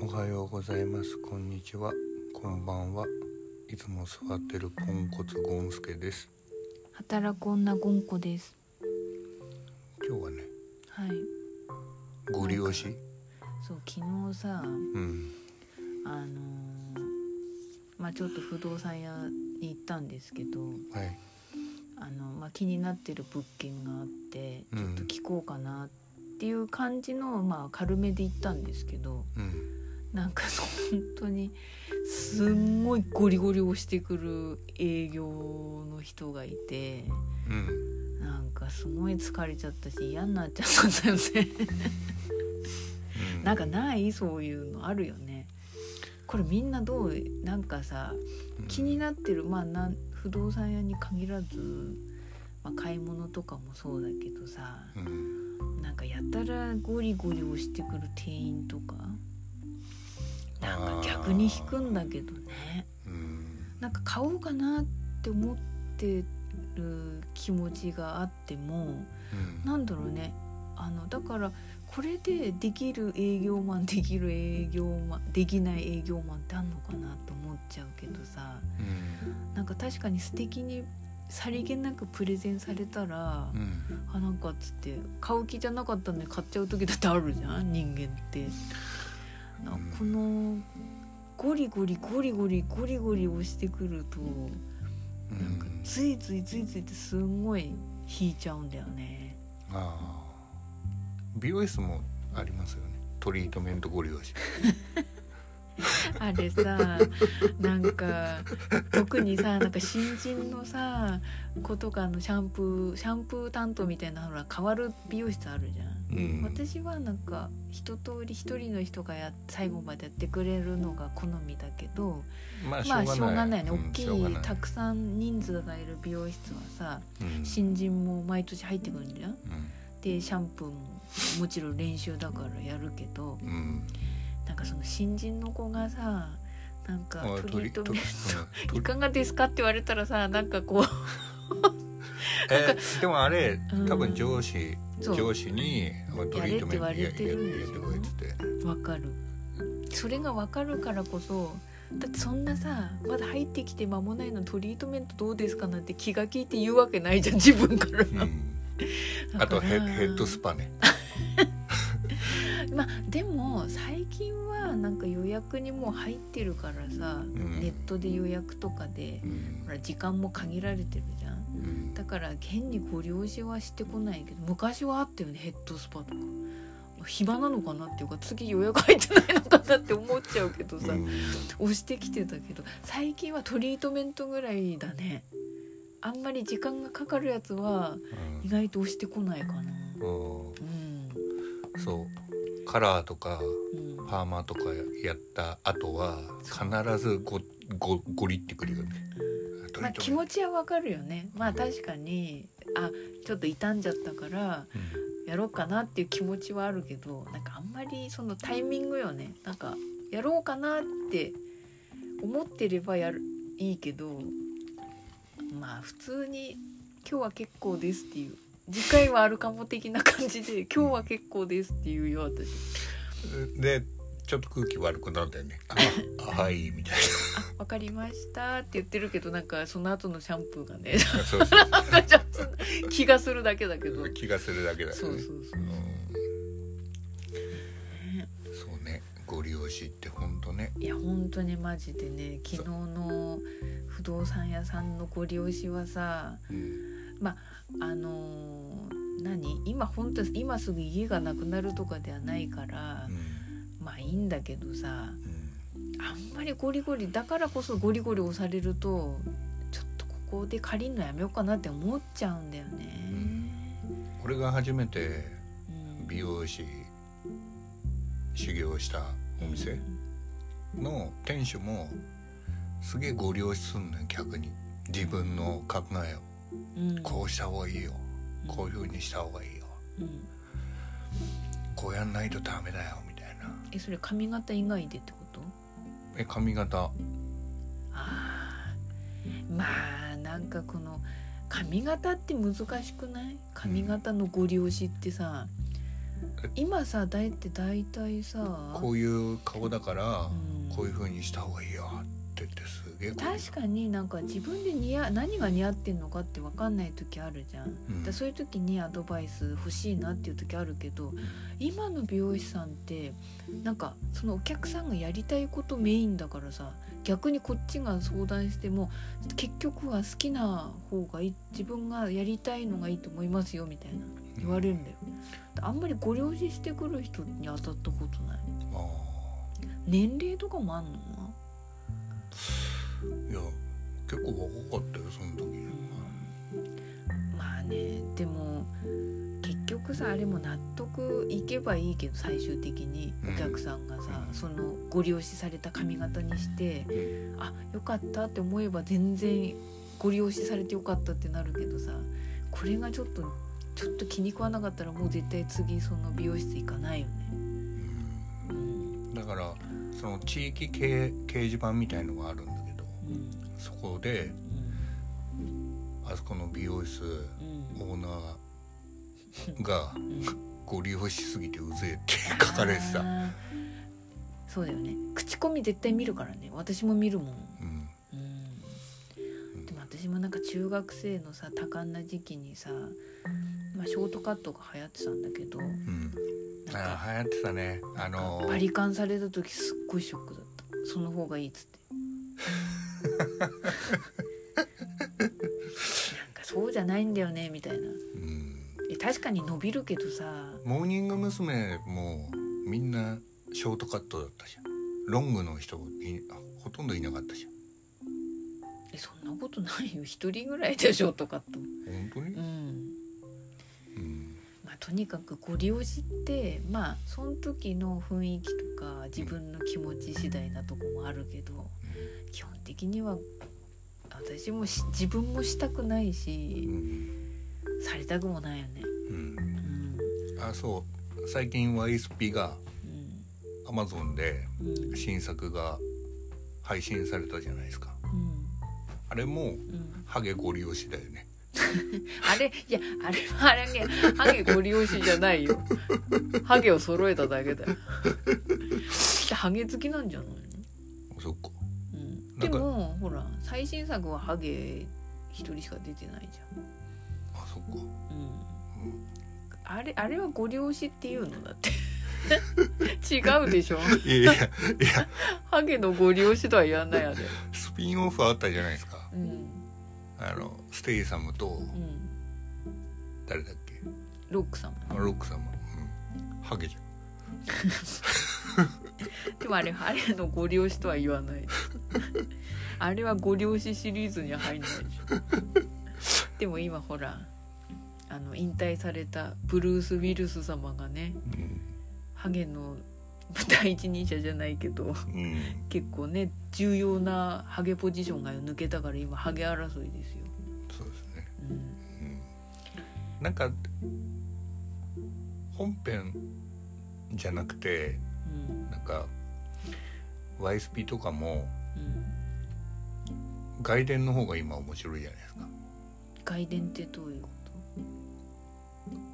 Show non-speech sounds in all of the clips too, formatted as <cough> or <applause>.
おはようございますこんにちはこんばんはいつも座ってるポンコツゴンスケです働く女ゴンコです今日はねはいご利用しそう昨日さうんあのーまあちょっと不動産屋に行ったんですけどはいあの、まあ、気になってる物件があってうんちょっと聞こうかなっていう感じの、まあ軽めで行ったんですけどうんなんか本当にすんごいゴリゴリ押してくる営業の人がいてうんなんかすごい疲れちゃったし嫌になっちゃったんだよね。うんなんかないそういうのあるよねこれみんなどうなんかさ気になってるまあなん不動産屋に限らず、まあ、買い物とかもそうだけどさうんなんかやたらゴリゴリ押してくる店員とかなんか逆に引くんだけどねうんなんか買おうかなって思ってる気持ちがあってもうんなんだろうねあのだからこれでできる営業マンできる営業マンできない営業マンってあんのかなと思っちゃうけどさうんなんか確かに素敵にさりげなくプレゼンされたら、うんあなんかっつって買う気じゃなかったのに買っちゃう時だってあるじゃん人間って。なうんこのゴリゴリゴリゴリゴリゴリ押してくるとうなんかんついついついついってすんごい引いちゃうんだよね。あー美容室もありますよねトリートメントご利用しあれさなんか特にさなんか新人のさ子とかのシャンプーシャンプー担当みたいなほら変わる美容室あるじゃん。うん私はなんか一通り一人の人がや最後までやってくれるのが好みだけどままあしょうがないよね、うん大きしょうがいないたくさん人数がいる美容室はさうん新人も毎年入ってくるんじゃんうんでシャンプーももちろん練習だからやるけどうんなんかその新人の子がさなんかあトリートメントトリいかがですかって言われたらさなんかこえーでもあれうん多分上司うそ上司にあトリートメントややれやって言われてるんでやっしょてこいっつってうわかるそれがわかるからこそだってそんなさまだ入ってきて間もないのトリートメントどうですかなんて気が利いて言うわけないじゃん自分からうんあとヘヘッドスパパねまあでも最近はなんか予約にもう入ってるからさ、んネットで予約とかでうんほら時間も限られてるじゃんうんだから変にご了承はしてこないけど昔はあったよねヘッドスパとか暇なのかなっていうか次予約入ってないのかなって思っちゃうけどさ、うん押してきてたけど最近はトリートメントぐらいだねあんまり時間がかかるやつは意外と押してこないかなうんうんそうカラーとかうんパーマとかやった後は必ずごごごりってくるよねトリまあ、ー気トメン持ちはわかるよねまあ確かにあちょっと傷んじゃったからトやろうかなっていう気持ちはあるけどなんかあんまりそのタイミングよねなんかやろうかなって思ってればやるいいけどまあ普通に「今日は結構です」っていう次回はあるかも的な感じで「今日は結構です」っていうよ私うんでちょっと空気悪くなった <laughs> よねああはいみたい「わかりました」って言ってるけどなんかその後のシャンプーがね <laughs> なそうそうなんかちょっと気がするだけだけどそう気がするだけだよねそうそうそううんそうねご利用しってほんとねいや本当にマジでね昨日の不動産屋さんのご利用しはさうんあのー何今本当今すぐ家がなくなるとかではないからうんまあいいんだけどさうんあんまりゴリゴリだからこそゴリゴリ押されるとちょっとここで借りるのやめようかなって思っちゃうんだよね。俺が初めてうん美容師修行したお店の店主もすげえご利用しすんのよ逆に自分の考えをうんこうした方がいいよこういう風にした方がいいようんこうやんないとダメだよみたいなえそれ髪型以外でってことえ髪型あーまあなんかこの髪型って難しくない髪型のご利用しってさ今さだいって大体さこういう顔だからうんこういう風にした方がいいよって言ってすげえ確かになんか自分で似合何が似合ってんのかって分かんない時あるじゃん、うんだそういう時にアドバイス欲しいなっていう時あるけど今の美容師さんってなんかそのお客さんがやりたいことメインだからさ逆にこっちが相談しても結局は好きな方がいい自分がやりたいのがいいと思いますよみたいな言われるんだよ、あんまりご了承してくる人に当たったことないあ年齢とかもあんのーいや結構若かったよその時まあねでも結局さあれも納得いけばいいけど最終的にうんお客さんがさ、うんそのご利用しされた髪型にして、あよかったって思えば全然ご利用しされてよかったってなるけどさこれがちょっとちょっと気に食わなかったらもう絶対次その美容室行かないよね。うんだからその地域掲掲示板みたいのがあるんだけどうんそこであそこの美容室うんオーナーがうん「ご利用しすぎてうぜえ」って書かれてた、あーそうだよね口コミ絶対見るからね私も見るもんうんうんでも私もなんか中学生のさ多感な時期にさ、まあ、ショートカットが流行ってたんだけどなんうん、あかー流行ってたねあのーバリカンされた時すっごいショックだったその方がいいっつってなんかそうじゃないんだよねみたいなうんえ確かに伸びるけどさモーニング娘。もみんなショートカットだったじゃんロングの人いあほとんどいなかったじゃんえそんなことないよ一人ぐらいでしょとかと本当にう、んうんまあ、とにかくご利用しってまあその時の雰囲気とか自分の気持ち次第なとこもあるけど基本的には私もし自分もしたくないうんしされたくもないよね。うんうんあそう最近 YSP がうんアマゾンでうん新作が配信されたじゃないですかうんあれもうんハゲゴリ押しだよねあれいやあれはあれねハゲご利用しじゃないよハゲを揃えただけだよきっとハゲ好きなんじゃないの、そっかうん、なでんかもほら最新作はハゲ一人しか出てないじゃんあそっかうんうんあれあれはご利用しっていうのだって違うでしょいやいやいやハゲのご利用しとは言わないあれスピンオフあったじゃないですかうんあのステイサムとうん誰だっけロックさんあロック様、うん、ハゲじゃんでもあれハゲのご利用しとは言わないあれはご利用しシリーズには入んないでしょでも今ほらあの引退されたブルース・ウィルス様がねハゲの第一人者じゃないけどうん、結構ね重要なハゲポジションが抜けたから今ハゲ争いですよ、そうですね。うんうん、なんか本編じゃなくてうんなんか YSP とかもうん外伝の方が今面白いじゃないですか。外伝ってどういうこ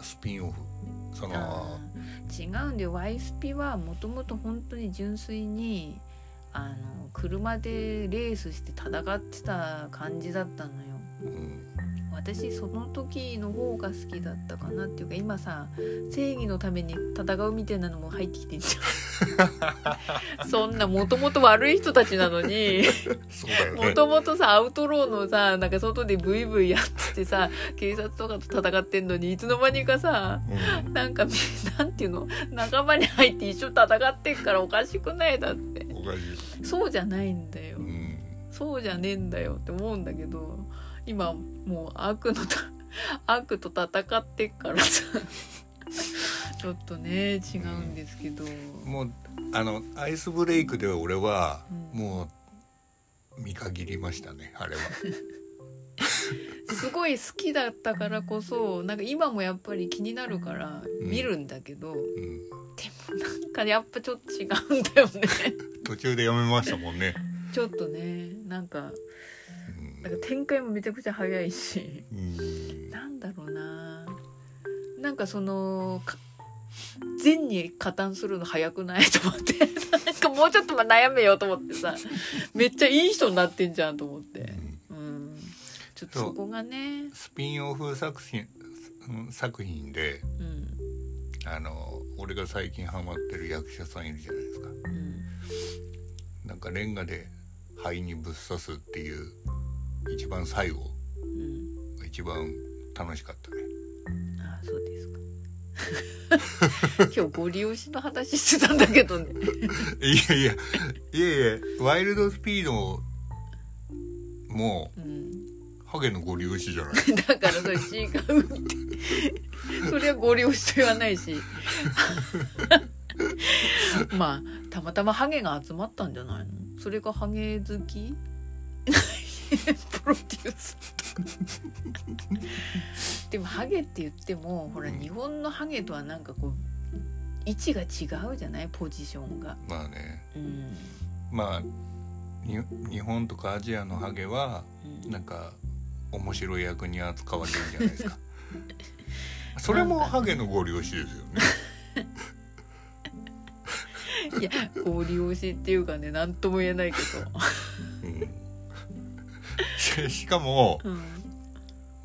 スピンオフ。そとの違うんで YSP はもともと本当に純粋にあの車でレースして戦ってた感じだったのようん私その時の方が好きだったかなっていうか今さ正義のために戦うみたいなのも入ってきてんじゃんそんなもともと悪い人たちなのにそうだよね。もともとさアウトローのさなんか外でブイブイやっててさ警察とかと戦ってんのにいつの間にかさうんなんかみなんていうの仲間に入って一緒に戦ってっからおかしくないだっておかしい。そうじゃないんだようん。そうじゃねえんだよって思うんだけど今もう悪のた悪と戦ってっからさちょっとね違うんですけど、もうあのアイスブレイクで俺はうんもう見限りましたねあれは。すごい好きだったからこそなんか今もやっぱり気になるから見るんだけど、うんなんかやっぱちょっと違うんだよね途中でやめましたもんね。 <laughs> ちょっとねなんかうんなんか展開もめちゃくちゃ早いしうんなんだろうななんかそのか善に加担するの早くないと思ってなんかもうちょっと悩めようと思ってさめっちゃいい人になってんじゃんと思ってうんうんちょっとそこがねスピンオフ作品うん作品でうんあの俺が最近ハマってる役者さんいるじゃないですかうんなんかレンガで肺にぶっ刺すっていう一番最後うんが一番楽しかったねあそうです <laughs> か今日ご利用しの話してたんだけどねいやいやいやいやワイルドスピードもうんハゲのご利用しじゃないだからそれ違うってそれはご利用しと言わない <laughs> しまあたまたまハゲが集まったんじゃないのそれがハゲ好き <laughs> プロデュースとかでもハゲって言ってもほらうん日本のハゲとはなんかこう位置が違うじゃないポジションが。まあねうんまあに日本とかアジアのハゲはうんなんか面白い役に扱われるんじゃないですか <laughs> それもハゲのご利用しですよねいやご利用しっていうかね何とも言えないけうんししかもど。うん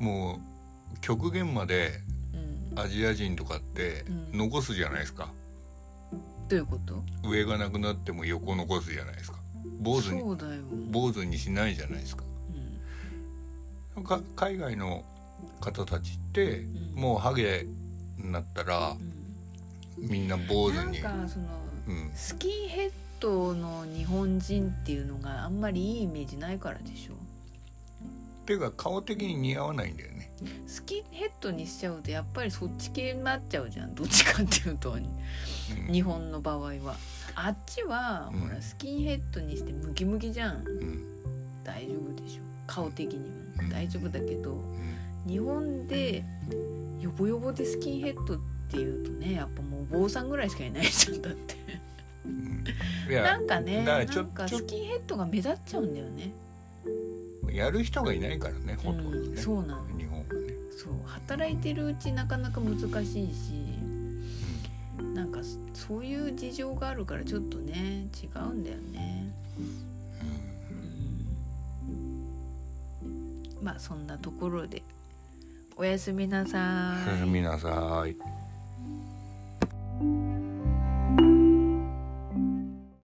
もう極限までうん、どアジア人とかってうん残すじゃないですか、ういうこと上がなくなっても横残すじゃないですか坊主にそうだよ、坊主にしないじゃないですかうか海外の方たちってんうんもうハゲになったらみんな坊主になんかそのうんスキンヘッドの日本人っていうのがあんまりいいイメージないからでしょていうか顔的に似合わないんだよねスキンヘッドにしちゃうとやっぱりそっち系になっちゃうじゃんどっちかってい <laughs> うとうん日本の場合はあっちはうんほらスキンヘッドにしてムキムキじゃんうん大丈夫でしょ顔的にうんも大丈夫だけどうん日本でヨボヨボでスキンヘッドっていうとねやっぱもうお坊さんぐらいしかいないじゃんだってうんいなやんかねだかならちょんかスキンヘッドが目立っちゃうんだよね。やる人がいないからねほとんどうん、ねそうなの。日本はねそう働いてるうちなかなか難しいし、なんかそそういう事情があるからちょっとね違うんだよね。うんまあそんなところでおやすみなさおやすみなさい。い。